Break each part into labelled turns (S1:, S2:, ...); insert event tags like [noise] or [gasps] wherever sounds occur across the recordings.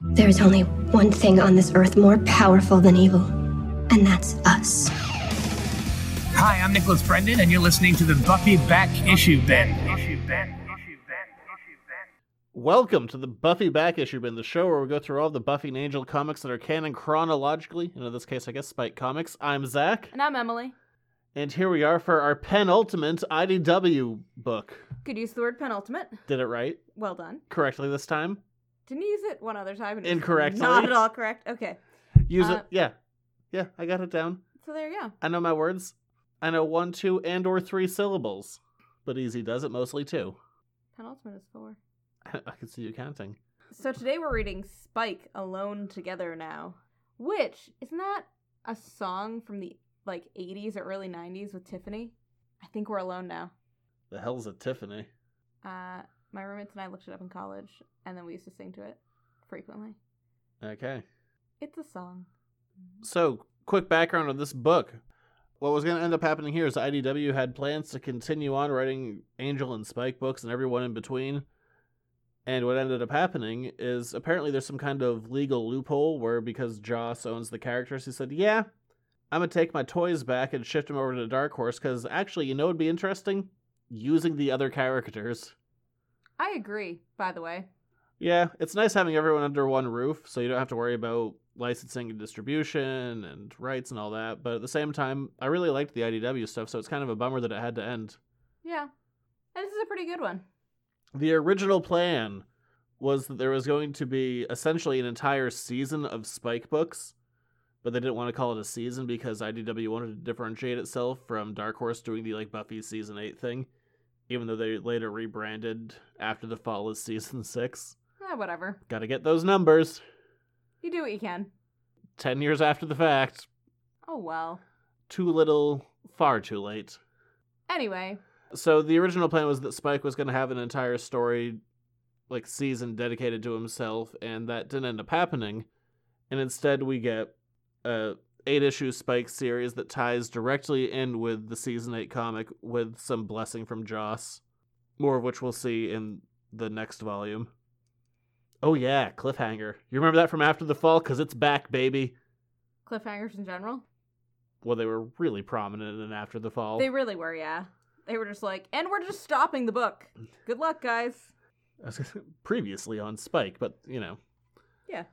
S1: There is only one thing on this earth more powerful than evil, and that's us.
S2: Hi, I'm Nicholas Brendan, and you're listening to the Buffy Back Issue Ben.
S3: Welcome to the Buffy Back Issue Bin, the show where we go through all the Buffy and Angel comics that are canon chronologically, and in this case, I guess Spike Comics. I'm Zach,
S4: And I'm Emily.
S3: and here we are for our penultimate IDW book.
S4: Could use the word penultimate.
S3: Did it right?
S4: Well done.
S3: Correctly this time?
S4: Didn't use it one other time. and it was
S3: Incorrectly.
S4: Not at all correct. Okay.
S3: Use
S4: Uh,
S3: it. Yeah. Yeah, I got it down.
S4: So there you go.
S3: I know my words. I know one, two, and or three syllables. But easy does it mostly two.
S4: Penultimate is four.
S3: [laughs] I can see you counting.
S4: So today we're reading Spike Alone Together Now, which isn't that a song from the like 80s or early 90s with Tiffany? I think we're alone now.
S3: The hell's a Tiffany?
S4: Uh, my roommates and I looked it up in college, and then we used to sing to it frequently.
S3: Okay.
S4: It's a song.
S3: So, quick background on this book. What was going to end up happening here is IDW had plans to continue on writing Angel and Spike books and everyone in between. And what ended up happening is apparently there's some kind of legal loophole where because Joss owns the characters, he said, Yeah, I'm going to take my toys back and shift them over to Dark Horse because actually, you know what would be interesting? Using the other characters.
S4: I agree, by the way.
S3: Yeah, it's nice having everyone under one roof, so you don't have to worry about licensing and distribution and rights and all that. But at the same time, I really liked the IDW stuff, so it's kind of a bummer that it had to end.
S4: Yeah. And this is a pretty good one.
S3: The original plan was that there was going to be essentially an entire season of Spike books, but they didn't want to call it a season because IDW wanted to differentiate itself from Dark Horse doing the like Buffy season 8 thing, even though they later rebranded after the fall as season 6.
S4: Ah, whatever.
S3: Got to get those numbers.
S4: You do what you can.
S3: 10 years after the fact.
S4: Oh well.
S3: Too little, far too late.
S4: Anyway,
S3: So the original plan was that Spike was going to have an entire story, like season dedicated to himself, and that didn't end up happening. And instead, we get a eight issue Spike series that ties directly in with the season eight comic with some blessing from Joss, more of which we'll see in the next volume. Oh yeah, cliffhanger! You remember that from After the Fall? Cause it's back, baby.
S4: cliffhangers in general.
S3: Well, they were really prominent in After the Fall.
S4: They really were, yeah. They were just like, and we're just stopping the book. Good luck, guys.
S3: I was gonna say, [laughs] previously on Spike, but you know.
S4: Yeah.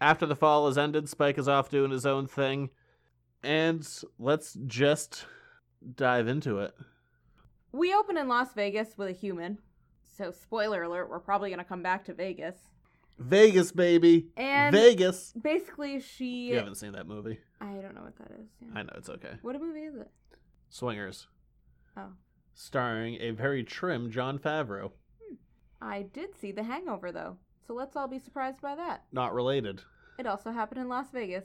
S3: After the fall has ended, Spike is off doing his own thing. And let's just dive into it.
S4: We open in Las Vegas with a human. So, spoiler alert, we're probably going to come back to Vegas.
S3: Vegas, baby.
S4: And-
S3: Vegas.
S4: Basically, she.
S3: You haven't seen that movie.
S4: I don't know what that is. yeah.
S3: I know it's okay.
S4: What a movie is it?
S3: Swingers,
S4: Oh.
S3: starring a very trim John Favreau.
S4: I did see The Hangover, though. So, let's all be surprised by that.
S3: Not related.
S4: It also happened in Las Vegas.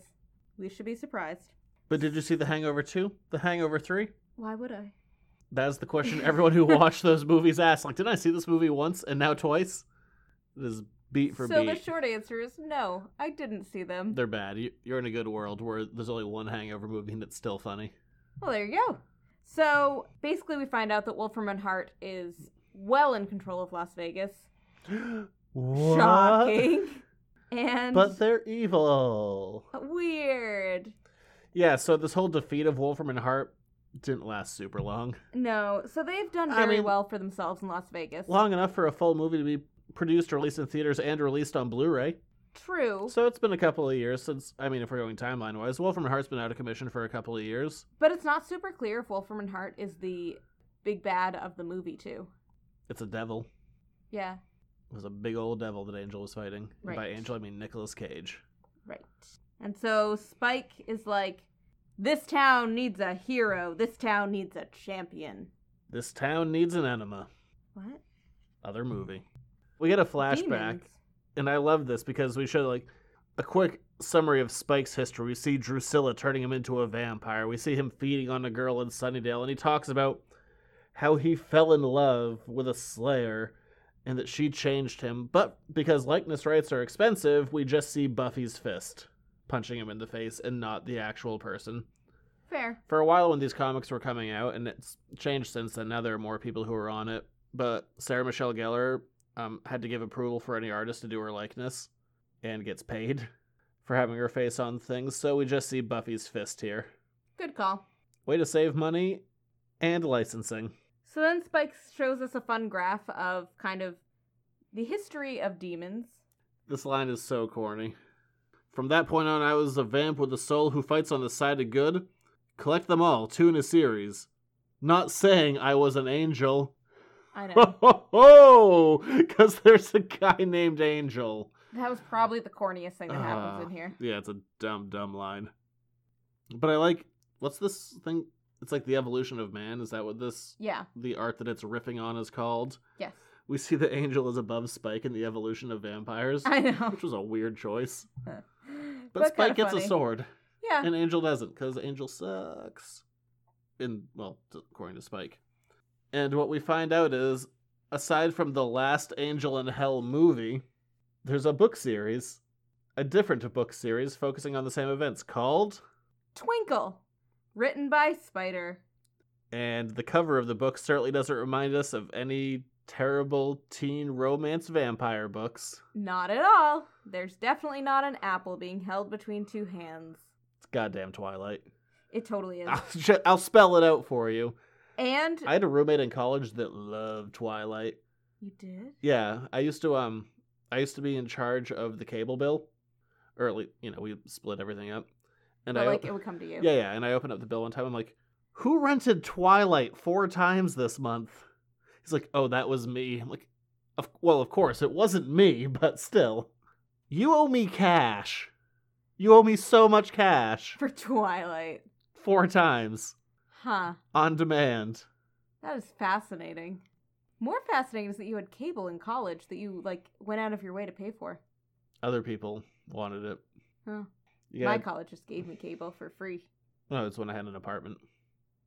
S4: We should be surprised.
S3: But did you see The Hangover 2? The Hangover 3?
S4: Why would I?
S3: That's the question everyone
S4: [laughs]
S3: who watched those movies asked. Like, did I see this movie once and now twice? It is beat for
S4: so,
S3: beat.
S4: the short answer is no, I didn't see them.
S3: They're bad. You- You're in a good world where there's only one hangover movie and it's still funny.
S4: Well, there you go. So basically, we find out that Wolfram and Hart is well in control of Las Vegas.
S3: [laughs]
S4: Shocking. And
S3: But they're evil.
S4: weird.
S3: Yeah, so this whole defeat of Wolfram and Hart didn't last super long.
S4: No, so they've done
S3: I
S4: very
S3: mean-
S4: well for themselves in Las Vegas.
S3: Long enough for a full movie to be produced, released in theaters, and released on Blu ray.
S4: True,
S3: So it's been a couple of years since, I mean, if we're going timeline wise, Wolfram and Hart's been out of commission for a couple of years.
S4: but it's not super clear if Wolfram and Hart is the big bad of the movie too.
S3: It's a devil.
S4: Yeah,
S3: It was a big old devil that Angel was fighting. And By
S4: Right.
S3: Angel, I mean Nicolas Cage.
S4: right. And so Spike is like, "This town needs a hero. This town needs a champion."
S3: This town needs an enema.
S4: What?
S3: Other movie. We get a flashback.
S4: Demons.
S3: and I love this because we show like a quick summary of Spike's history. We see Drusilla turning him into a vampire. We see him feeding on a girl in Sunnydale, and he talks about how he fell in love with a Slayer and that she changed him. But because likeness rights are expensive, we just see Buffy's fist punching him in the face and not the actual person.
S4: Fair.
S3: For a while, when these comics were coming out, and it's changed since then, now there are more people who are on it. But Sarah Michelle Gellar um, had to give approval for any artist to do her likeness, and gets paid [laughs] for having her face on things. So we just see Buffy's fist here.
S4: Good call.
S3: Way to save money and licensing.
S4: So then Spike shows us a fun graph of kind of the history of demons.
S3: This line is so corny. From that point on, I was a vamp with a soul who fights on the side of good. Collect them all, two in a series. Not saying I was an angel.
S4: I
S3: [laughs]
S4: know.
S3: Ho ho ho! Because there's a guy named Angel.
S4: that was probably the corniest thing that
S3: Ah.
S4: happens in here.
S3: Yeah, it's a dumb, dumb line. But I like. What's this thing? It's like the evolution of man. Is that what this.
S4: Yeah.
S3: The art that it's riffing on is called?
S4: Yes.
S3: We see the angel is above Spike in the evolution of vampires,
S4: [laughs] I know.
S3: which was a weird choice.
S4: but
S3: But Spike gets a sword.
S4: Yeah.
S3: and Angel doesn't because Angel sucks. In well, t- according to Spike, and what we find out is, aside from the last Angel in Hell movie, there's a book series, a different book series focusing on the same events called.
S4: Twinkle, written by Spider.
S3: And the cover of the book certainly doesn't remind us of any terrible teen romance vampire books.
S4: Not at all. There's definitely not an apple being held between two hands.
S3: It's goddamn Twilight.
S4: It totally is.
S3: I'll, sh- [laughs] I'll spell it out for you.
S4: and
S3: Ah. I had a roommate in college that loved Twilight.
S4: you did?
S3: Yeah, I used to um I used to be in charge of the cable bill, or at least you know we split everything up, and
S4: But,
S3: I
S4: Oh, like
S3: op-
S4: it would come to you.
S3: yeah yeah and I opened up the bill one time I'm like, who rented Twilight four times this month? He's like, oh that was me. I'm like, of, well of course it wasn't me, but still, you owe me cash. You owe me so much cash
S4: For Twilight.
S3: four times
S4: Huh.
S3: on demand.
S4: That is fascinating. More fascinating is that you had cable in college that you like went out of your way to pay for.
S3: Other people wanted it.
S4: Huh.
S3: Yeah,
S4: My college just gave me cable for free.
S3: no, it's when I had an apartment.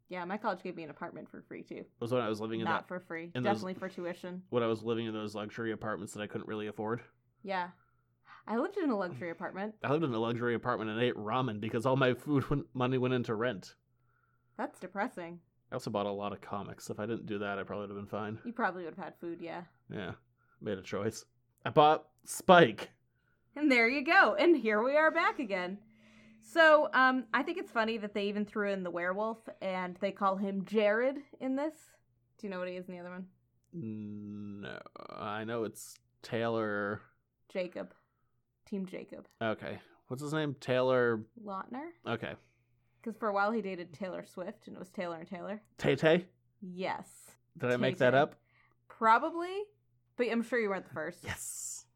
S4: Yeah, my college gave me an apartment for free too.
S3: It was when I was living in that
S4: Not for free.
S3: in those-
S4: Definitely for tuition.
S3: when I was living in those luxury apartments that I couldn't really afford.
S4: Yeah. I lived in a luxury apartment.
S3: I lived in a luxury apartment and ate ramen because all my food went, money went into rent.
S4: That's depressing.
S3: I also bought a lot of comics. If I didn't do that, I probably would have been fine.
S4: You probably would have had food, yeah.
S3: Yeah, made a choice. I bought Spike.
S4: And there you go. And here we are back again. So, um, I think it's funny that they even threw in the werewolf and they call him Jared in this. Do you know what he is in the other one?
S3: No, I know it's Taylor.
S4: Jacob. Team Jacob.
S3: Okay, what's his name? Taylor.
S4: Lautner?
S3: Okay,
S4: Because for a while he dated Taylor Swift and it was Taylor and Taylor.
S3: Tay Tay.
S4: Yes.
S3: Did I make that
S4: Tay-Tay.
S3: up?
S4: Probably, but I'm sure you weren't the first.
S3: Yes.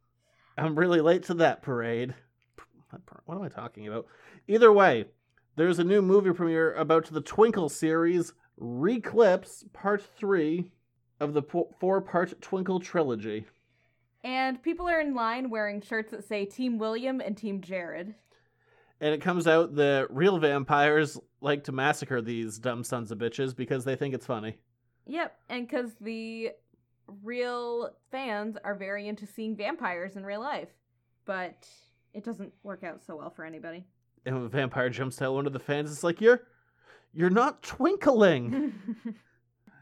S3: I'm really late to that parade. P- what par- What am I talking about? Either way, there's a new movie premiere about the Twinkle series, Reclips, part three of the po- four part Twinkle trilogy.
S4: And people are in line wearing shirts that say Team William and Team Jared.
S3: And it comes out that real vampires like to massacre these dumb sons of bitches because they think it's funny.
S4: Yep, and because the real fans are very into seeing vampires in real life, but it doesn't work out so well for anybody.
S3: And when a vampire jumps to one of the fans, it's like, you're. You're not twinkling.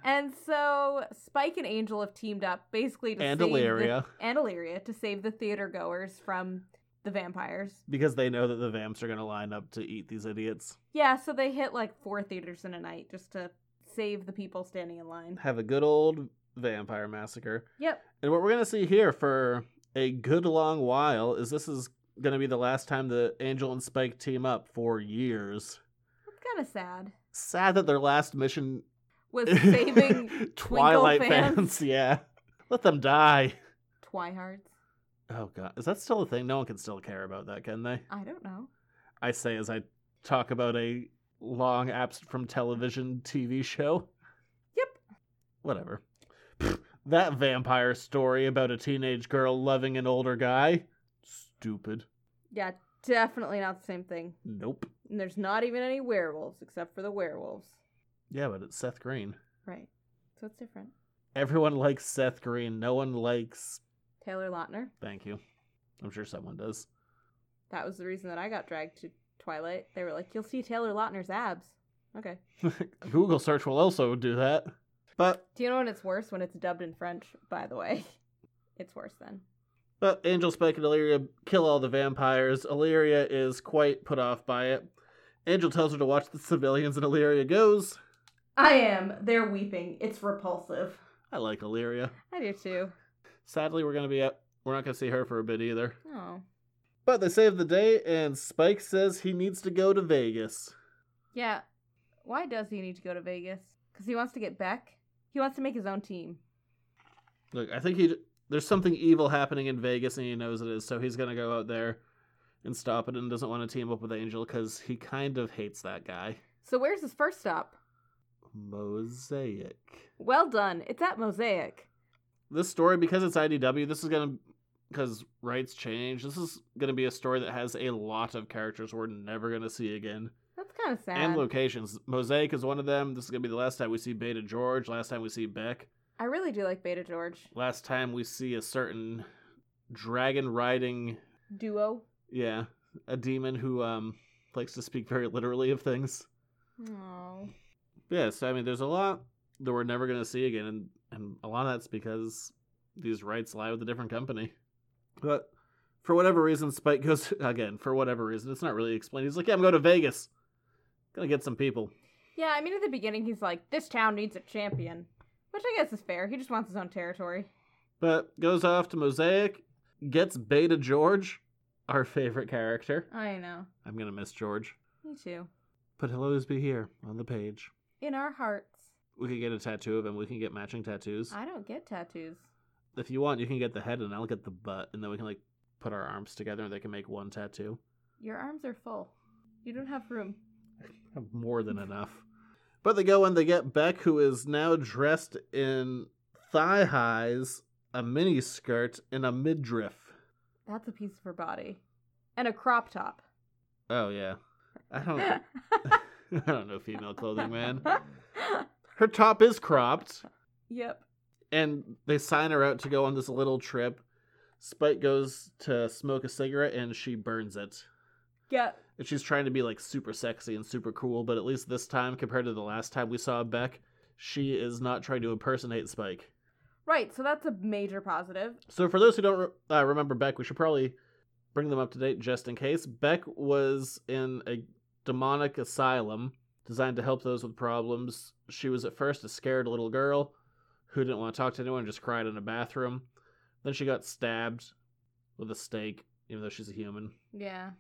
S4: and so Spike and Angel have teamed up basically to
S3: And
S4: save the-
S3: Illyria.
S4: and Illyria to save the theater goers from the vampires.
S3: because they know that the vamps are going to line up to eat these idiots.
S4: Yeah, so they hit like four theaters in a night just to save the people standing
S3: [sighs]
S4: in line.
S3: have a good old vampire massacre.
S4: Yep.
S3: And what we're going to see here for a good long while is this is going to be the last time the Angel and Spike team up for years.
S4: It's kind of sad.
S3: Sad that their last mission [laughs]
S4: Was saving
S3: Twilight
S4: Twinkle
S3: [laughs]
S4: fans.
S3: Yeah. Let them die.
S4: Twihards.
S3: Oh god, is that still a thing? No one can still care about that, can they?
S4: I don't know.
S3: I say as I talk about a long absent from television TV show.
S4: Yep.
S3: Whatever. Pfft, that vampire story about a teenage girl loving an older guy. Stupid.
S4: Yeah, definitely not the same thing.
S3: Nope.
S4: And there's not even any werewolves except for the werewolves.
S3: Yeah, but it's Seth Green.
S4: Right. So it's different.
S3: Everyone [laughs] likes Seth Green. No one likes.
S4: Taylor Lautner.
S3: Thank you. I'm sure someone does.
S4: That was the reason that I got dragged to Twilight. They were like, you'll see Taylor Lautner's abs. Okay.
S3: Google search will also do that. But
S4: [laughs] Do you know when it's worse? When it's dubbed in French, by the way. It's worse then.
S3: But Angel, Spike, and Illyria kill all the vampires. Illyria is quite put off by it. Angel tells her to watch the civilians, and Illyria goes.
S4: I am. They're weeping. It's repulsive.
S3: I like Illyria.
S4: I do too.
S3: Sadly, we're gonna be up. We're not gonna see her for a bit either.
S4: Oh.
S3: But they save the day, and Spike says he needs to go to Vegas.
S4: Yeah. Why does he need to go to Vegas? Because he wants to get Beck. He wants to make his own team.
S3: Look, I think he there's something evil happening in Vegas, and he knows it is, so he's gonna go out there and stop it, and doesn't want to team up with Angel because he kind of hates that guy.
S4: So where's his first stop?
S3: Mosaic.
S4: Well done. It's at Mosaic.
S3: This story, because it's IDW, this is gonna because rights change. This is gonna be a story that has a lot of characters we're never gonna see again.
S4: That's kind of sad.
S3: and locations. Mosaic is one of them. This is gonna be the last time we see Beta George. Last time we see Beck.
S4: I really do like Beta George.
S3: Last time we see a certain dragon riding.
S4: Duo.
S3: Yeah, a demon who um likes to speak very literally of things.
S4: Oh.
S3: Yeah, so I mean, there's a lot that we're never gonna see again, and and a lot of that's because these rights lie with a different company. But for whatever reason, Spike goes [laughs] again. For whatever reason, it's not really explained. He's like, yeah, I'm going to Vegas. Gonna get some people.
S4: Yeah, I mean, at the beginning, he's like, this town needs a champion. Which I guess is fair. He just wants his own territory.
S3: But goes off to Mosaic, gets Beta George, our favorite character.
S4: I know.
S3: I'm gonna miss George,
S4: Me too.
S3: but he'll always be here on the page.
S4: In our hearts.
S3: We can get a tattoo of him. We can get matching tattoos.
S4: I don't get tattoos.
S3: If you want, you can get the head, and I'll get the butt, and then we can like put our arms together, and they can make one tattoo.
S4: Your arms are full. You don't have room.
S3: Have more than enough. But they go and they get Beck, who is now dressed in thigh highs, a mini skirt, and a midriff.
S4: That's a piece of her body. And a crop top.
S3: Oh yeah, I don't, [laughs] I don't know female clothing, man. Her top is cropped.
S4: yep.
S3: and they sign her out to go on this little trip. Spike goes to smoke a cigarette and she burns it.
S4: Yeah.
S3: And she's trying to be like super sexy and super cool, but at least this time, compared to the last time we saw Beck, she is not trying to impersonate Spike.
S4: Right, so that's a major positive.
S3: So, for those who don't re- uh, remember Beck, we should probably bring them up to date just in case. Beck was in a demonic asylum designed to help those with problems. She was at first a scared little girl who didn't want to talk to anyone, just cried in a bathroom. Then she got stabbed with a stake, even though she's a human
S4: Yeah.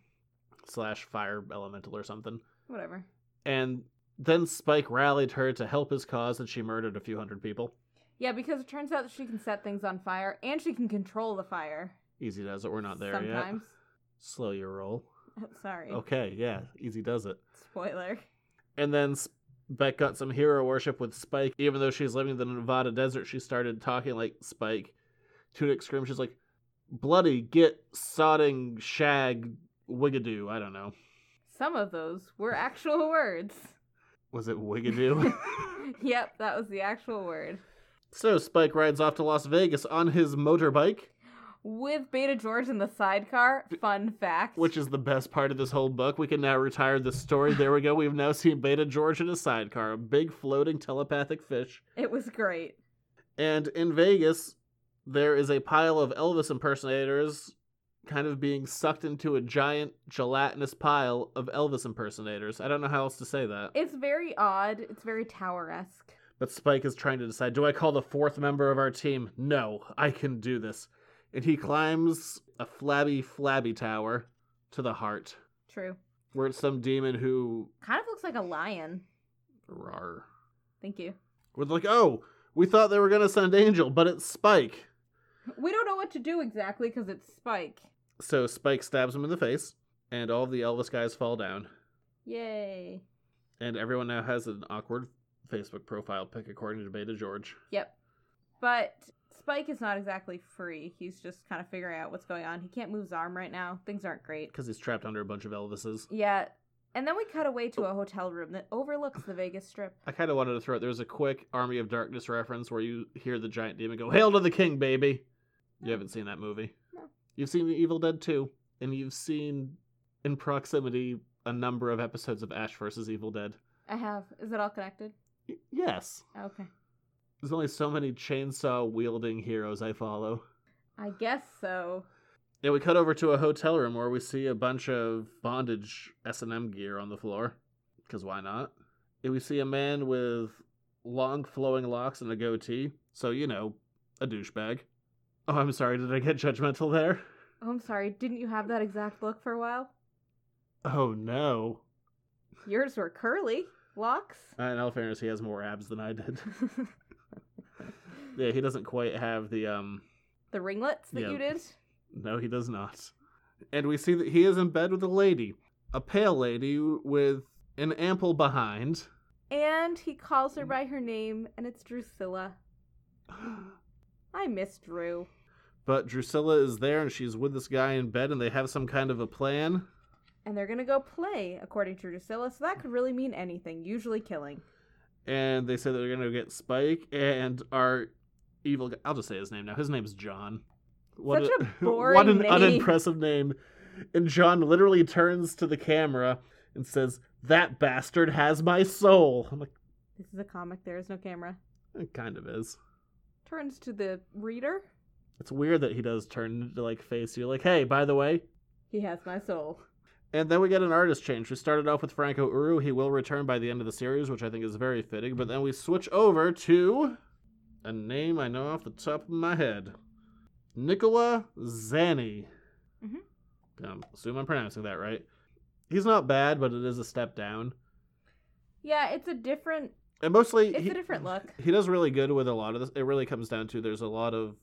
S3: slash fire elemental or something.
S4: Whatever.
S3: And then Spike rallied her to help his cause, and she murdered a few hundred people.
S4: Yeah, because it turns out that she can set things on fire and she can control the fire.
S3: Easy does it. We're not there
S4: sometimes. [laughs]
S3: yet. Oh. Slow your roll.
S4: Sorry.
S3: Okay, yeah, easy does it.
S4: Spoiler.
S3: And then S- Beck got some hero worship with Spike. Even though she's living in the Nevada desert, she started talking like Spike. Tunic Scrim, she's like, bloody, get, sodding, shag, wigadoo. I don't know.
S4: Some of those were actual [laughs] words.
S3: Was it wigadoo?
S4: yep, that was the actual word.
S3: [laughs] so Spike rides off to Las Vegas on his motorbike,
S4: With Beta George in the sidecar, fun fact.
S3: which is the best part of this whole book. We can now retire this story. There we go. We've now seen Beta George in a sidecar, a big floating telepathic fish.
S4: it was great.
S3: And in Vegas, there is a pile of Elvis impersonators kind of being sucked into a giant gelatinous pile of Elvis impersonators. I don't know how else to say that.
S4: It's very odd. It's very tower esque.
S3: But Spike is trying to decide do I call the fourth member of our team? No, I can do this. And he climbs a flabby, flabby tower to the heart,
S4: True.
S3: where it's some demon who.
S4: Kind of looks like a lion.
S3: Rawr.
S4: Thank you.
S3: We're like, oh, we thought they were going to send Angel, but it's Spike.
S4: We don't know what to do exactly because it's Spike.
S3: So Spike stabs him in the face, and all the Elvis guys fall down.
S4: Yay.
S3: And everyone now has an awkward Facebook profile pic according to Beta George.
S4: Yep. But Spike is not exactly free. He's just kind of figuring out what's going on. He can't move his arm right now. Things aren't great.
S3: Because he's trapped under a bunch of Elvises.
S4: Yeah. And then we cut away to a hotel room that overlooks the Vegas Strip.
S3: I kind of wanted to throw out there's a quick Army of Darkness reference where you hear the giant demon go, Hail to the King, baby! You haven't seen that movie.
S4: No.
S3: You've seen The Evil Dead 2, and you've seen, in proximity, a number of episodes of Ash versus Evil Dead.
S4: I have. Is it all connected?
S3: Y- yes.
S4: Okay.
S3: There's only so many chainsaw wielding heroes I follow.
S4: I guess so.
S3: Yeah, we cut over to a hotel room where we see a bunch of bondage S and M gear on the floor, because why not? And we see a man with long flowing locks and a goatee, so you know, a douchebag. Oh, I'm sorry. Did I get judgmental there?
S4: Oh, I'm sorry. Didn't you have that exact look for a while?
S3: Oh no.
S4: Yours were curly locks. [laughs]
S3: Uh, In all fairness, he has more abs than I did. yeah, he doesn't quite have the um.
S4: the ringlets that
S3: Yeah.
S4: you did.
S3: No, he does not. And we see that he is in bed with a lady, a pale lady with an ample behind.
S4: And he calls
S3: Mm.
S4: her by her name, and it's Drusilla.
S3: [gasps]
S4: I miss Drew.
S3: But Drusilla is there and she's with this guy in bed and they have some kind of a plan.
S4: And they're gonna go play, according to Drusilla, so that could really mean anything, usually killing.
S3: And they say that they're going to get Spike and our evil guy. I'll just say his name now. His name's John. [laughs] What
S4: Such a
S3: What
S4: boring
S3: an
S4: name.
S3: unimpressive name. And John literally turns to the camera and says, That bastard has my soul. I'm like,
S4: This is a comic, there is no camera.
S3: it kind of is.
S4: Turns to the reader.
S3: It's weird that he does turn to like face you, like, hey, by the way.
S4: He has my soul.
S3: And then we get an artist change. We started off with Franco Uru. He will return by the end of the series, which I think is very fitting. But then we switch over to a name I know off the top of my head Nicola Zanni.
S4: Mhm.
S3: Um, assume I'm pronouncing that right. He's not bad, but it is a step down.
S4: Yeah, it's a different
S3: And mostly.
S4: it's
S3: he- [laughs]
S4: a different look.
S3: He does really good with a lot of this. It really comes down to there's a lot of.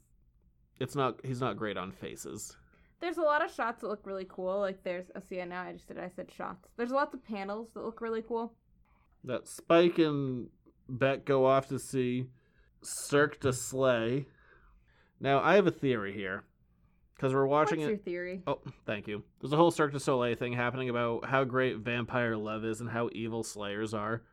S3: It's not. He's not great on faces.
S4: There's a lot of shots that look really cool. Like there's oh see now I just did I said shots. There's lots of panels that look really cool.
S3: that Spike and Beck go off to see Cirque du Soleil. Now, I have a theory here because we're watching
S4: What's
S3: it.
S4: your theory?
S3: Oh, thank you. There's a whole Cirque du Soleil thing happening about how great Vampire Love is and how evil Slayers are.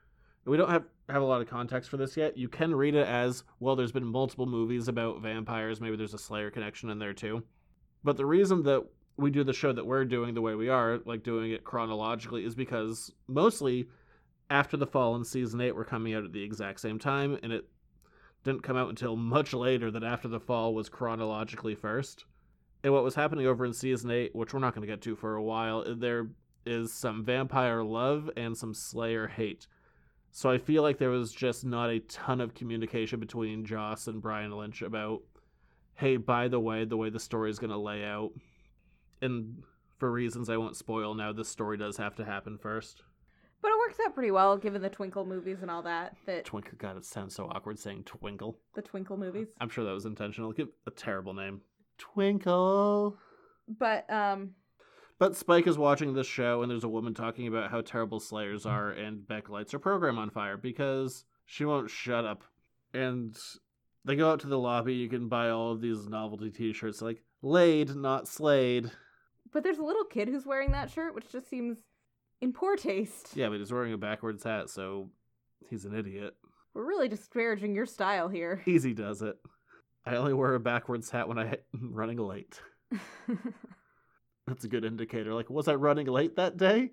S3: We don't have have a lot of context for this yet. You can read it as well. There's been multiple movies about vampires. Maybe there's a Slayer connection in there too. But the reason that we do the show that we're doing the way we are, like doing it chronologically, is because mostly after the fall in season eight were coming out at the exact same time, and it didn't come out until much later than after the fall was chronologically first. And what was happening over in season eight, which we're not going to get to for a while, there is some vampire love and some Slayer hate. So I feel like there was just not a ton of communication between Joss and Brian Lynch about, hey, by the way, the way the story is going to lay out. And for reasons I won't spoil now, this story does have to happen first.
S4: But it works out pretty well given the Twinkle movies and all that. That
S3: Twinkle, God, it sounds so awkward saying Twinkle.
S4: the Twinkle movies.
S3: I'm sure that was intentional. Give a terrible name. Twinkle.
S4: But um
S3: But Spike is watching this show, and there's a woman talking about how terrible Slayers are, and Beck lights her program on fire because she won't shut up. And they go out to the lobby. You can buy all of these novelty T-shirts, like "Laid, not Slayed."
S4: but there's a little kid who's wearing that shirt, which just seems in poor taste.
S3: Yeah, but he's wearing a backwards hat, so he's an idiot.
S4: We're really disparaging your style here. [laughs]
S3: Easy does it. I only wear a backwards hat when I'm [laughs] running late. That's a good indicator. Like, was I running late that day?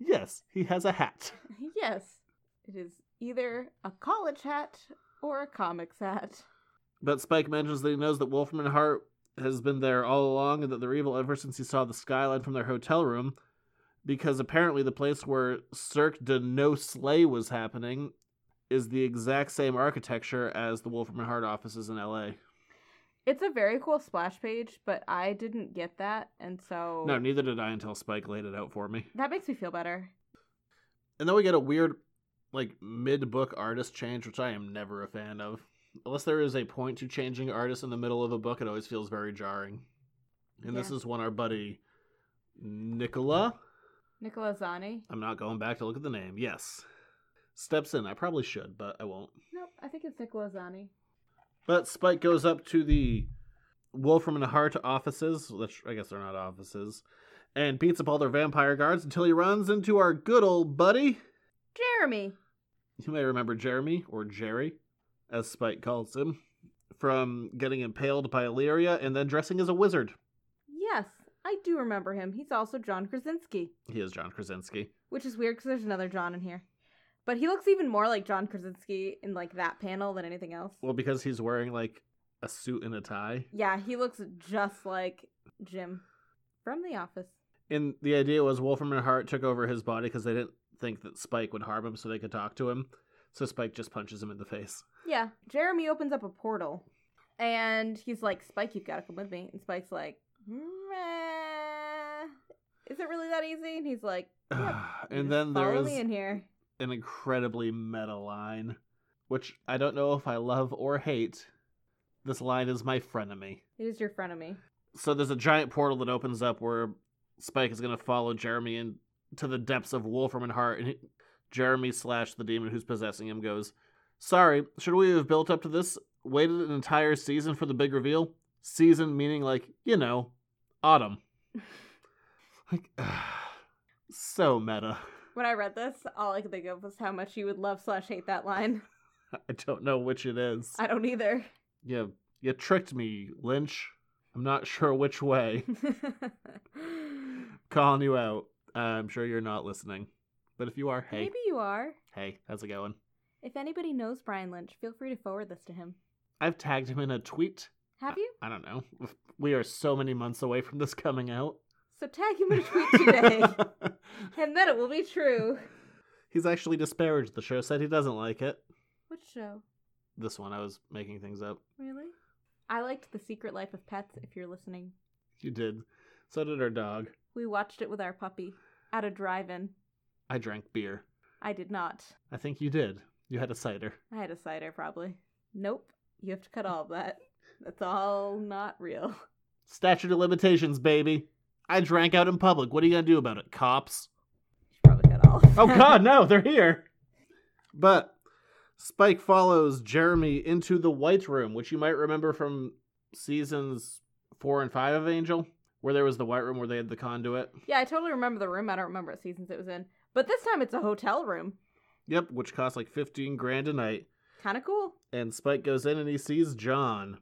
S3: Yes, he has a hat.
S4: yes, it is either a college hat or a comics hat.
S3: But Spike mentions that he knows that Wolfman Hart has been there all along and that they're evil ever since he saw the skyline from their hotel room because apparently the place where Cirque de No Slay was happening is the exact same architecture as the Wolfman Hart offices in LA.
S4: It's a very cool splash page, but I didn't get that, and so
S3: No, neither did I until Spike laid it out for me.
S4: that makes me feel better.
S3: And then we get a weird, like, mid book artist change, which I am never a fan of. Unless there is a point to changing artists in the middle of a book, it always feels very jarring. And this
S4: Yeah.
S3: is when our buddy Nicola,
S4: Nicola Zani?
S3: I'm not going back to look at the name, yes, steps in. I probably should, but I won't.
S4: Nope, I think it's Nicola Zani.
S3: But Spike goes up to the Wolfram and Hart offices, which I guess they're not offices, and beats up all their vampire guards until he runs into our good old buddy.
S4: Jeremy.
S3: You may remember Jeremy, or Jerry, as Spike calls him, from getting impaled by Illyria and then dressing as a wizard.
S4: Yes, I do remember him. He's also John Krasinski,
S3: He is John Krasinski.
S4: which is weird because there's another John in here. But he looks even more like John Krasinski in like that panel than anything else.
S3: Well, because he's wearing like a suit and a tie.
S4: Yeah, he looks just like Jim from The Office.
S3: And the idea was Wolfram and Hart took over his body because they didn't think that Spike would harm him, so they could talk to him. So Spike just punches him in the face. [sighs]
S4: Yeah, Jeremy opens up a portal and he's like, Spike, you've got to come with me. And Spike's like, "Meh, Is it really that easy? And he's like, "Yep,
S3: Uh, and
S4: just
S3: then there
S4: follow
S3: is
S4: me in here.
S3: an incredibly meta line, which I don't know if I love or hate. This line is my frenemy.
S4: It is your frenemy.
S3: So there's a giant portal that opens up where Spike is going to follow Jeremy into the depths of Wolfram and Hart, and he- Jeremy slash the demon who's possessing him goes, "Sorry, should we have built up to this? Waited an entire season for the big reveal? Season meaning like you know, autumn. like, [sighs] so meta. [laughs]
S4: When I read this, all I could think of was how much you would love slash hate that line. [laughs]
S3: I don't know which it is.
S4: I don't either. [laughs]
S3: You you tricked me, Lynch. I'm not sure which way. Calling you out. I'm sure you're not listening. But if you are, hey,
S4: Maybe you are.
S3: hey, how's it going?
S4: If anybody knows Brian Lynch, feel free to forward this to him.
S3: I've tagged him in a tweet.
S4: Have you?
S3: I don't know. We are so many months away from this coming out.
S4: So tag him in a [laughs] tweet today, and then it will be true.
S3: [laughs] He's actually disparaged the show, said he doesn't like it.
S4: What show?
S3: This one, I was making things up.
S4: Really? I liked The Secret Life of Pets, if you're listening.
S3: You did. So did our dog.
S4: We watched it with our puppy at a drive in.
S3: I drank beer.
S4: I did not.
S3: I think you did. You had a cider.
S4: I had a cider, probably. Nope. You have to cut all of that. That's all not real. [laughs]
S3: Statute of limitations, baby. I drank out in public. What are you gonna do about it, cops?
S4: You should probably cut all of
S3: Oh [laughs]
S4: that.
S3: God, no! They're here. But Spike follows Jeremy into the White Room, which you might remember from seasons four and five of Angel, where there was the White Room where they had the conduit.
S4: Yeah, I totally remember the room. I don't remember what seasons it was in. But this time it's a hotel room.
S3: Yep, which cost like fifteen grand a night.
S4: Kind of cool.
S3: And Spike goes in and he sees John,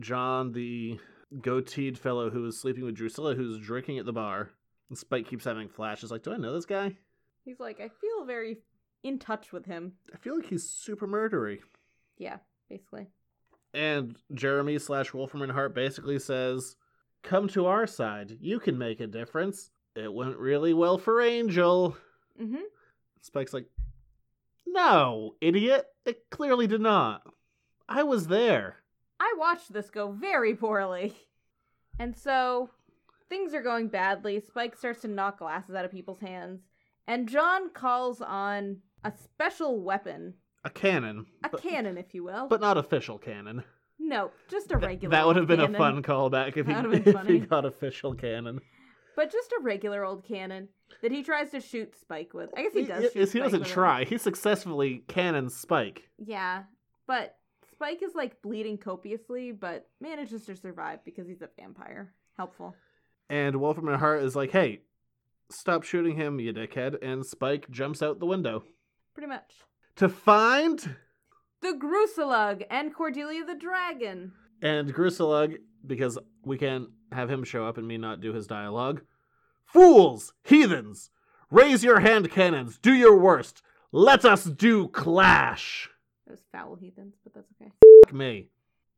S3: John the goateed fellow who is sleeping with Drusilla, who's drinking at the bar. And Spike keeps having flashes like, "Do I know this guy?"
S4: He's like, I feel very in touch with him.
S3: I feel like he's super murdery.
S4: Yeah, basically.
S3: And Jeremy slash Wolfram and Hart basically says, Come to our side. You can make a difference. It went really well for Angel.
S4: Mm hmm.
S3: Spike's like, No, idiot. It clearly did not. I was there.
S4: I watched this go very poorly. [laughs] And so things are going badly. Spike starts to knock glasses out of people's hands. And John calls on a special weapon,
S3: A cannon.
S4: a
S3: but,
S4: cannon, if you will.
S3: But not official cannon.
S4: no, just a
S3: Th-
S4: regular.
S3: that would have been
S4: cannon.
S3: a fun callback [laughs] if,
S4: That'd
S3: he,
S4: have been
S3: if he
S4: funny.
S3: got official cannon.
S4: But just a regular old cannon that he tries to shoot Spike with. I guess he does.
S3: He-
S4: shoot
S3: he,
S4: Spike
S3: doesn't
S4: with it.
S3: try. He successfully cannons Spike.
S4: Yeah, but Spike is like bleeding copiously, but manages to survive because he's a vampire. Helpful.
S3: And Wolfram and Hart is like, Hey, stop shooting him, you dickhead. And Spike jumps out the window.
S4: Pretty much.
S3: to find
S4: The Gruselug and Cordelia the Dragon.
S3: and Gruselug because we can't have him show up and me not do his dialogue. Fools, heathens, raise your hand cannons, do your worst. Let us do clash.
S4: Those foul heathens, but that's okay.
S3: F- me.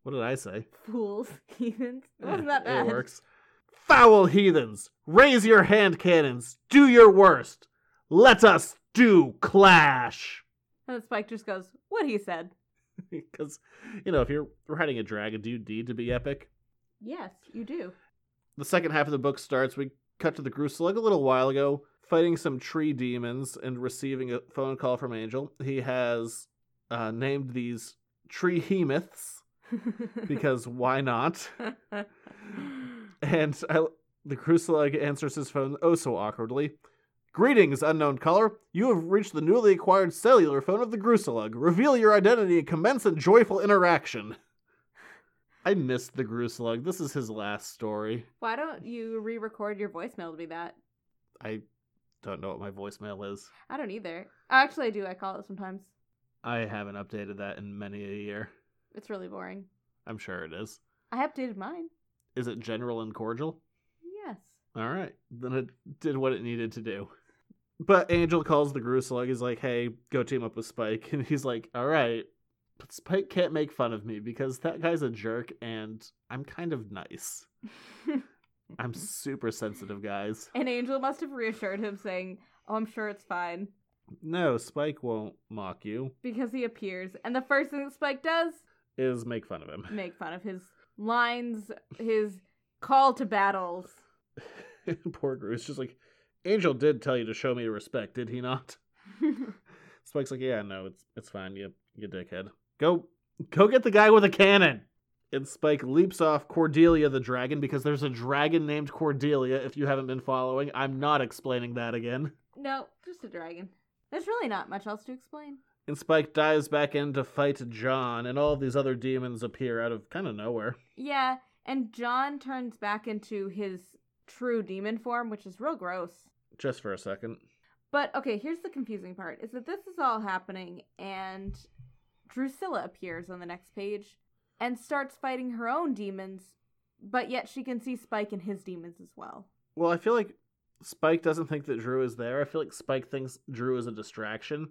S3: What did I say?
S4: Fools, [laughs] heathens. It wasn't
S3: Eh,
S4: that
S3: [laughs] It
S4: bad.
S3: works. Foul heathens, raise your hand cannons, do your worst. Let us do clash.
S4: And then Spike just goes, "What he said."
S3: [laughs] Because, you know, if you're riding a dragon, do you need to be epic?
S4: Yes, you do.
S3: the second half of the book starts. We cut to the Gruselug a little while ago, fighting some tree demons and receiving a phone call from Angel. He has uh, named these tree hemoths because why not? And I, the Gruselug answers his phone oh so awkwardly. Greetings, unknown caller. You have reached the newly acquired cellular phone of the Gruselug. Reveal your identity and commence a joyful interaction. I missed the Gruselug. This is his last story.
S4: Why don't you re-record your voicemail to be that?
S3: I don't know what my voicemail is.
S4: I don't either. Actually, I do. I call it sometimes.
S3: I haven't updated that in many a year.
S4: It's really boring.
S3: I'm sure it is.
S4: I updated mine.
S3: Is it general and cordial?
S4: Yes.
S3: All right. Then it did what it needed to do. [laughs] But Angel calls the Gruselug. He's like, hey, go team up with Spike. And he's like, all right, But Spike can't make fun of me because that guy's a jerk and I'm kind of nice. I'm super sensitive, guys.
S4: An angel must have reassured him, saying, Oh, I'm sure it's fine,
S3: No, Spike won't mock you,
S4: because he appears. And the first thing that Spike does,
S3: is make fun of him.
S4: make fun of his lines, his call to battles.
S3: [laughs] Poor Groot's just like, Angel did tell you to show me respect, did he not? Spike's like, yeah, no, it's it's fine, you you dickhead. Go go get the guy with a cannon. And Spike leaps off Cordelia the dragon because there's a dragon named Cordelia. If you haven't been following, I'm not explaining that again.
S4: no, just a dragon. There's really not much else to explain.
S3: And Spike dives back in to fight John, and all of these other demons appear out of kind of nowhere.
S4: Yeah, and John turns back into his true demon form, which is real gross.
S3: Just for a second.
S4: But okay, here's the confusing part is that this is all happening and Drusilla appears on the next page and starts fighting her own demons, but yet she can see Spike and his demons as well.
S3: Well, I feel like Spike doesn't think that Drew is there. I feel like Spike thinks Drew is a distraction,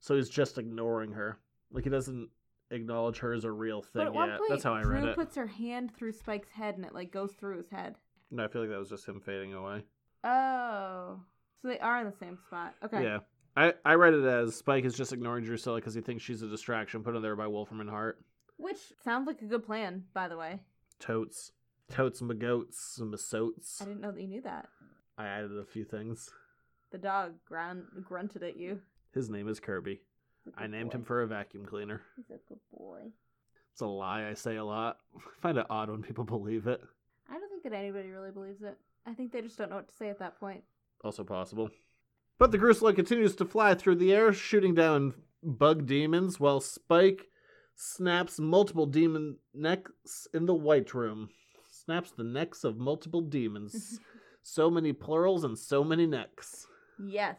S3: so he's just ignoring her. Like he doesn't acknowledge her as a real
S4: but
S3: thing yet.
S4: at one point,
S3: That's how I
S4: Drew
S3: read it.
S4: puts her hand through Spike's head and it like goes through his head.
S3: No, I feel like that was just him fading away.
S4: Oh. So they are in the same spot. Okay.
S3: Yeah. I, I read it as Spike is just ignoring Drusilla because he thinks she's a distraction put in there by Wolfram and Hart.
S4: Which sounds like a good plan, by the way.
S3: Totes. Totes, magotes, masotes.
S4: I didn't know that you knew that.
S3: I added a few things.
S4: The dog ground- grunted at you.
S3: His name is Kirby. I named him for a vacuum cleaner.
S4: He's a good boy.
S3: It's a lie I say a lot. [laughs] I find it odd when people believe it.
S4: I don't think that anybody really believes it. I think they just don't know what to say at that point.
S3: also possible. But the Grusla continues to fly through the air, shooting down bug demons, while Spike snaps multiple demon necks in the White Room. Snaps the necks of multiple demons. so many plurals and so many necks.
S4: Yes.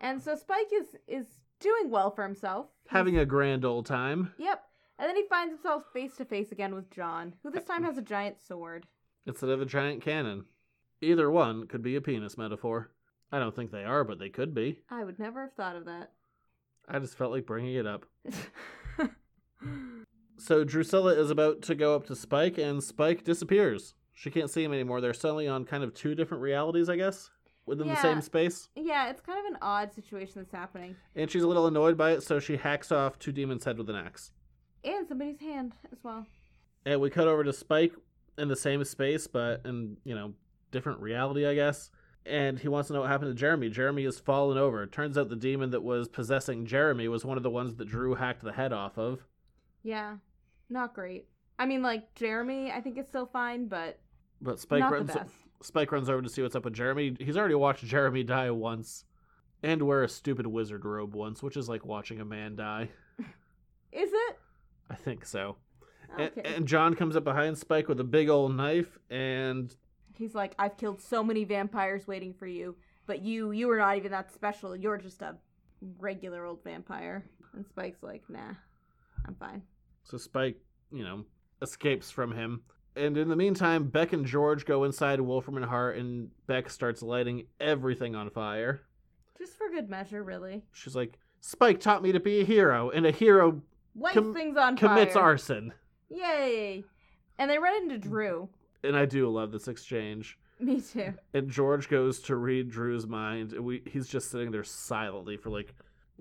S4: And so Spike is is doing well for himself.
S3: Having a grand old time.
S4: Yep. And then he finds himself face to face again with John, who this time has a giant sword.
S3: Instead of a giant cannon. Either one could be a penis metaphor. I don't think they are, but they could be.
S4: I would never have thought of that.
S3: I just felt like bringing it up. So Drusilla is about to go up to Spike, and Spike disappears. She can't see him anymore. They're suddenly on kind of two different realities, I guess, within the
S4: Yeah.
S3: same space.
S4: yeah, it's kind of an odd situation that's happening.
S3: And she's a little annoyed by it, so she hacks off two demons' head with an axe.
S4: And somebody's hand as well.
S3: And we cut over to Spike in the same space, but in, you know, different reality, I guess. And he wants to know what happened to Jeremy. Jeremy has fallen over. Turns out the demon that was possessing Jeremy was one of the ones that Drew hacked the head off of.
S4: Yeah. Not great. I mean like Jeremy, I think is still fine, but
S3: But Spike
S4: not
S3: runs
S4: the best.
S3: Spike runs over to see what's up with Jeremy. He's already watched Jeremy die once and wear a stupid wizard robe once, which is like watching a man die.
S4: Is it?
S3: I think so. A-
S4: Okay.
S3: And, John comes up behind Spike with a big old knife and
S4: He's like, I've killed so many vampires waiting for you, but you, you were not even that special. You're just a regular old vampire. And Spike's like, nah, I'm fine.
S3: so Spike, you know, escapes from him. And in the meantime, Beck and George go inside Wolfram and Hart and Beck starts lighting everything on fire.
S4: Just for good measure, really.
S3: She's like, "Spike taught me to be a hero, and a hero
S4: Lights
S3: Com-
S4: things on
S3: commits
S4: fire.
S3: arson."
S4: Yay! And they run into Drew. [laughs]
S3: And I do love this exchange.
S4: Me too.
S3: and George goes to read Drew's mind. And we he's just sitting there silently for like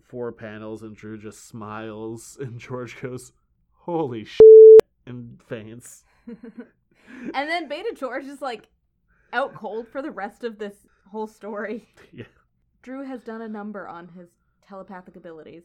S3: four panels, and Drew just smiles, [laughs] and George goes, "Holy sh!" and faints.
S4: And then Beta George is like out cold for the rest of this whole story.
S3: [laughs] Yeah.
S4: Drew has done a number on his telepathic abilities.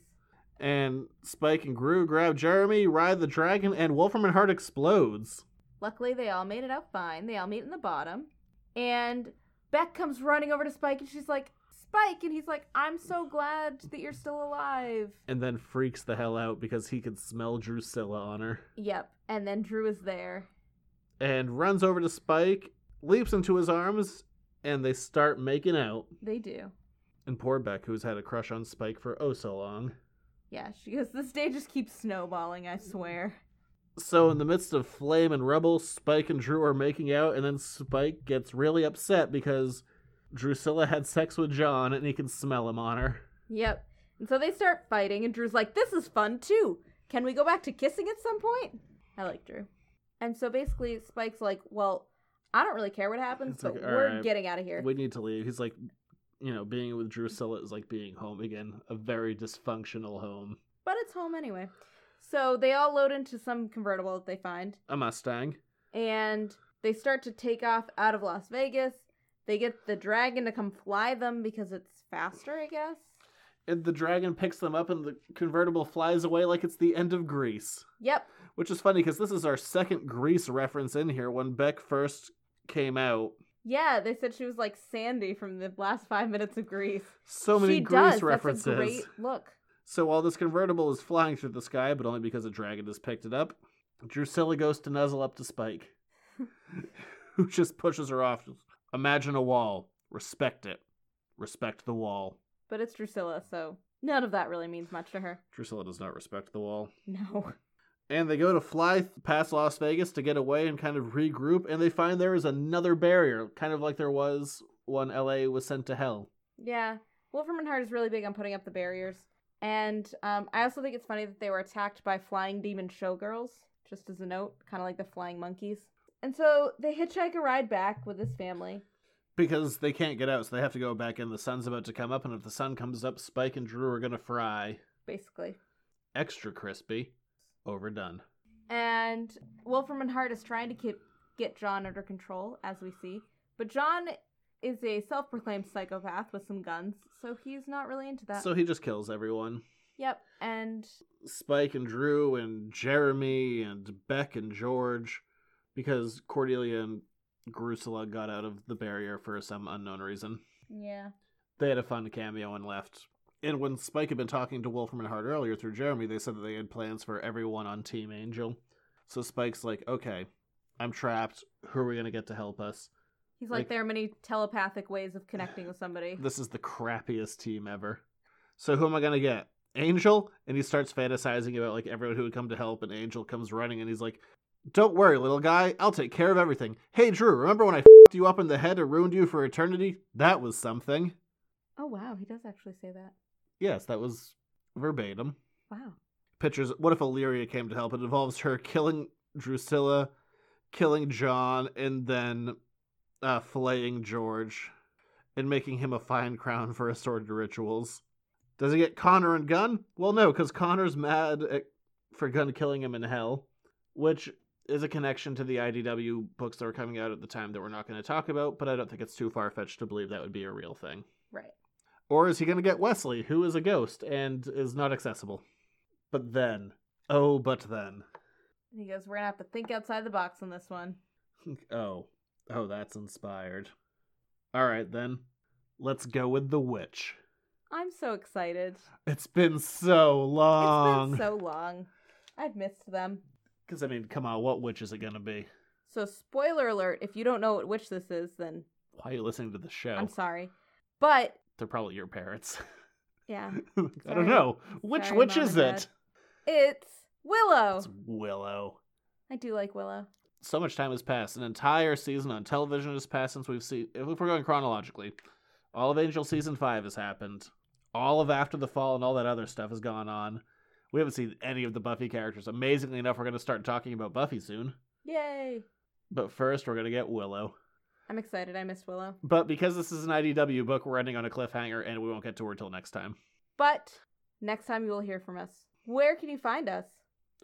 S3: And Spike and Gru grab Jeremy, ride the dragon, and Wolfram and Hart explodes.
S4: Luckily, they all made it out fine. They all meet in the bottom. And Beck comes running over to Spike and she's like, Spike! And he's like, I'm so glad that you're still alive.
S3: And then freaks the hell out because he could smell Drusilla on her.
S4: Yep. And then Drew is there.
S3: And runs over to Spike, leaps into his arms, and they start making out.
S4: They do.
S3: And poor Beck, who's had a crush on Spike for oh so long,
S4: Yeah, she goes, This day just keeps snowballing, I swear.
S3: So in the midst of flame and rubble, Spike and Drew are making out, and then Spike gets really upset because Drusilla had sex with John, and he can smell him on her.
S4: Yep. And so they start fighting, and Drew's like, This is fun too. Can we go back to kissing at some point? I like Drew. And so basically, Spike's like, well, I don't really care what happens,
S3: It's
S4: but
S3: like, all
S4: we're
S3: right.
S4: getting out of here.
S3: We need to leave. He's like, you know, being with Drusilla is like being home again. A very dysfunctional home.
S4: but it's home anyway. So they all load into some convertible that they find,
S3: A Mustang.
S4: and they start to take off out of Las Vegas. They get the dragon to come fly them because it's faster, I guess.
S3: And the dragon picks them up, and the convertible flies away like it's the end of Greece.
S4: Yep.
S3: Which is funny because this is our second Grease reference in here. When Beck first came out,
S4: Yeah, they said she was like Sandy from the last five minutes of Grease.
S3: so many
S4: she
S3: Grease
S4: does.
S3: references.
S4: That's a great look.
S3: So while this convertible is flying through the sky, but only because a dragon has picked it up, Drusilla goes to nuzzle up to Spike, [laughs] who just pushes her off. Imagine a wall. Respect it. Respect the wall.
S4: But it's Drusilla, so none of that really means much to her.
S3: Drusilla does not respect the wall.
S4: No.
S3: And they go to fly past Las Vegas to get away and kind of regroup, and they find there is another barrier, kind of like there was when LA was sent to hell.
S4: Yeah. Wolfram and Hart is really big on putting up the barriers. And um, I also think it's funny that they were attacked by flying demon showgirls, just as a note, kind of like the flying monkeys. And so they hitchhike a ride back with his family.
S3: Because they can't get out, so they have to go back in. The sun's about to come up, and if the sun comes up, Spike and Drew are gonna fry.
S4: basically.
S3: extra crispy, overdone.
S4: And Wolfram and Hart is trying to keep, get John under control, as we see. But John is a self proclaimed psychopath with some guns, so he's not really into that.
S3: So he just kills everyone.
S4: yep. And
S3: Spike and Drew and Jeremy and Beck and George, because Cordelia and Grusilla got out of the barrier for some unknown reason.
S4: yeah.
S3: They had a fun cameo and left. And when Spike had been talking to Wolfram and Hart earlier through Jeremy, they said that they had plans for everyone on Team Angel. So Spike's like, okay, I'm trapped. Who are we going to get to help us?
S4: He's like,
S3: Like-
S4: there are many telepathic ways of connecting with somebody.
S3: this is the crappiest team ever. So who am I gonna get? Angel? And he starts fantasizing about like everyone who would come to help, and Angel comes running and he's like, Don't worry, little guy, I'll take care of everything. Hey Drew, remember when I fed you up in the head and ruined you for eternity? That was something.
S4: Oh, wow. He does actually say that.
S3: Yes, that was verbatim.
S4: Wow.
S3: Pictures what if Illyria came to help? It involves her killing Drusilla, killing John, and then uh, flaying George and making him a fine crown for assorted rituals. Does he get Connor and Gunn? Well, no, because Connor's mad at, for Gunn killing him in hell, which is a connection to the IDW books that were coming out at the time that we're not going to talk about, but I don't think it's too far fetched to believe that would be a real thing.
S4: Right.
S3: Or is he going to get Wesley, who is a ghost and is not accessible? But then, oh, but then.
S4: And he goes, we're going to have to think outside the box on this one.
S3: Oh, oh, that's inspired. All right, then. Let's go with the witch.
S4: I'm so excited.
S3: It's been so
S4: It's
S3: long.
S4: been so long. I've missed them.
S3: Because, I mean, come on, what witch is it going to be?
S4: So, spoiler alert if you don't know what witch this is, then
S3: Why are you listening to the show?
S4: I'm sorry. But,
S3: They're probably your parents. [laughs]
S4: yeah,
S3: I don't
S4: Sorry.
S3: know. Which
S4: Sorry,
S3: witch
S4: Mom
S3: is
S4: and
S3: it?
S4: it's Willow.
S3: It's Willow.
S4: I do like Willow.
S3: So much time has passed. An entire season on television has passed since we've seen. If we're going chronologically, all of Angel season five has happened. All of After the Fall and all that other stuff has gone on. We haven't seen any of the Buffy characters. Amazingly enough, we're going to start talking about Buffy soon.
S4: Yay.
S3: But first, we're going to get Willow.
S4: I'm excited. I missed Willow.
S3: But because this is an IDW book, we're ending on a cliffhanger, and we won't get to her till next time.
S4: But, next time you will hear from us. Where can you find us?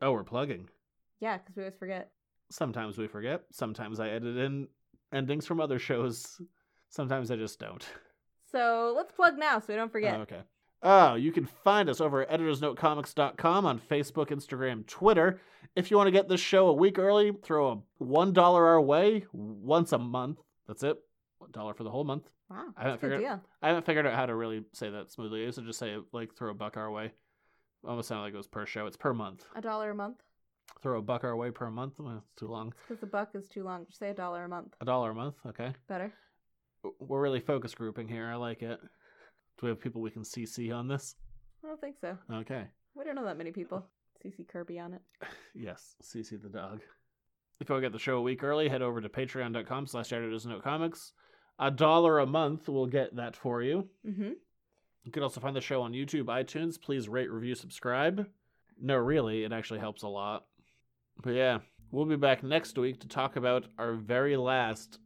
S3: Oh, we're plugging.
S4: Yeah, because we always forget.
S3: Sometimes we forget. Sometimes I edit in endings from other shows. Sometimes I just don't.
S4: So let's plug now so we don't forget.
S3: Oh, okay. Oh, you can find us over at editorsnotecomics.com on Facebook, Instagram, Twitter. If you want to get this show a week early, throw a $1 our way once a month. That's it. $1 for the whole month. I
S4: wow. That's a
S3: haven't
S4: good
S3: figured-
S4: deal.
S3: I haven't figured out how to really say that smoothly. I used to just say, like, throw a buck our way. Almost sounded like it was per show. It's per month.
S4: A dollar a month.
S3: Throw a buck our way per month. Well, it's too long.
S4: Because the buck is too long. Just say a dollar a month.
S3: A dollar a month. Okay.
S4: Better.
S3: We're really focus grouping here. I like it. Do we have people we can CC on this?
S4: I don't think so.
S3: Okay.
S4: We don't know that many people. CC Kirby on it.
S3: Yes, CC the dog. If you want to get the show a week early, head over to patreon.com slash editors note comics. A dollar a month will get that for you.
S4: Mm-hmm.
S3: You can also find the show on YouTube, iTunes. Please rate, review, subscribe. No, really, it actually helps a lot. But yeah, we'll be back next week to talk about our very last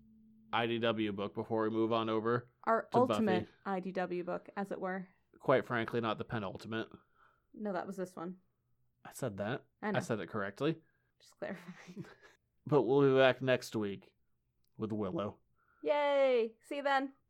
S3: IDW book before we move on over.
S4: Our
S3: To
S4: ultimate IDW book, as it were.
S3: Quite frankly, not the penultimate.
S4: No, that was this one.
S3: I said that.
S4: I know.
S3: I said it correctly.
S4: Just clarifying. [laughs]
S3: But we'll be back next week with Willow.
S4: Yay! See you then.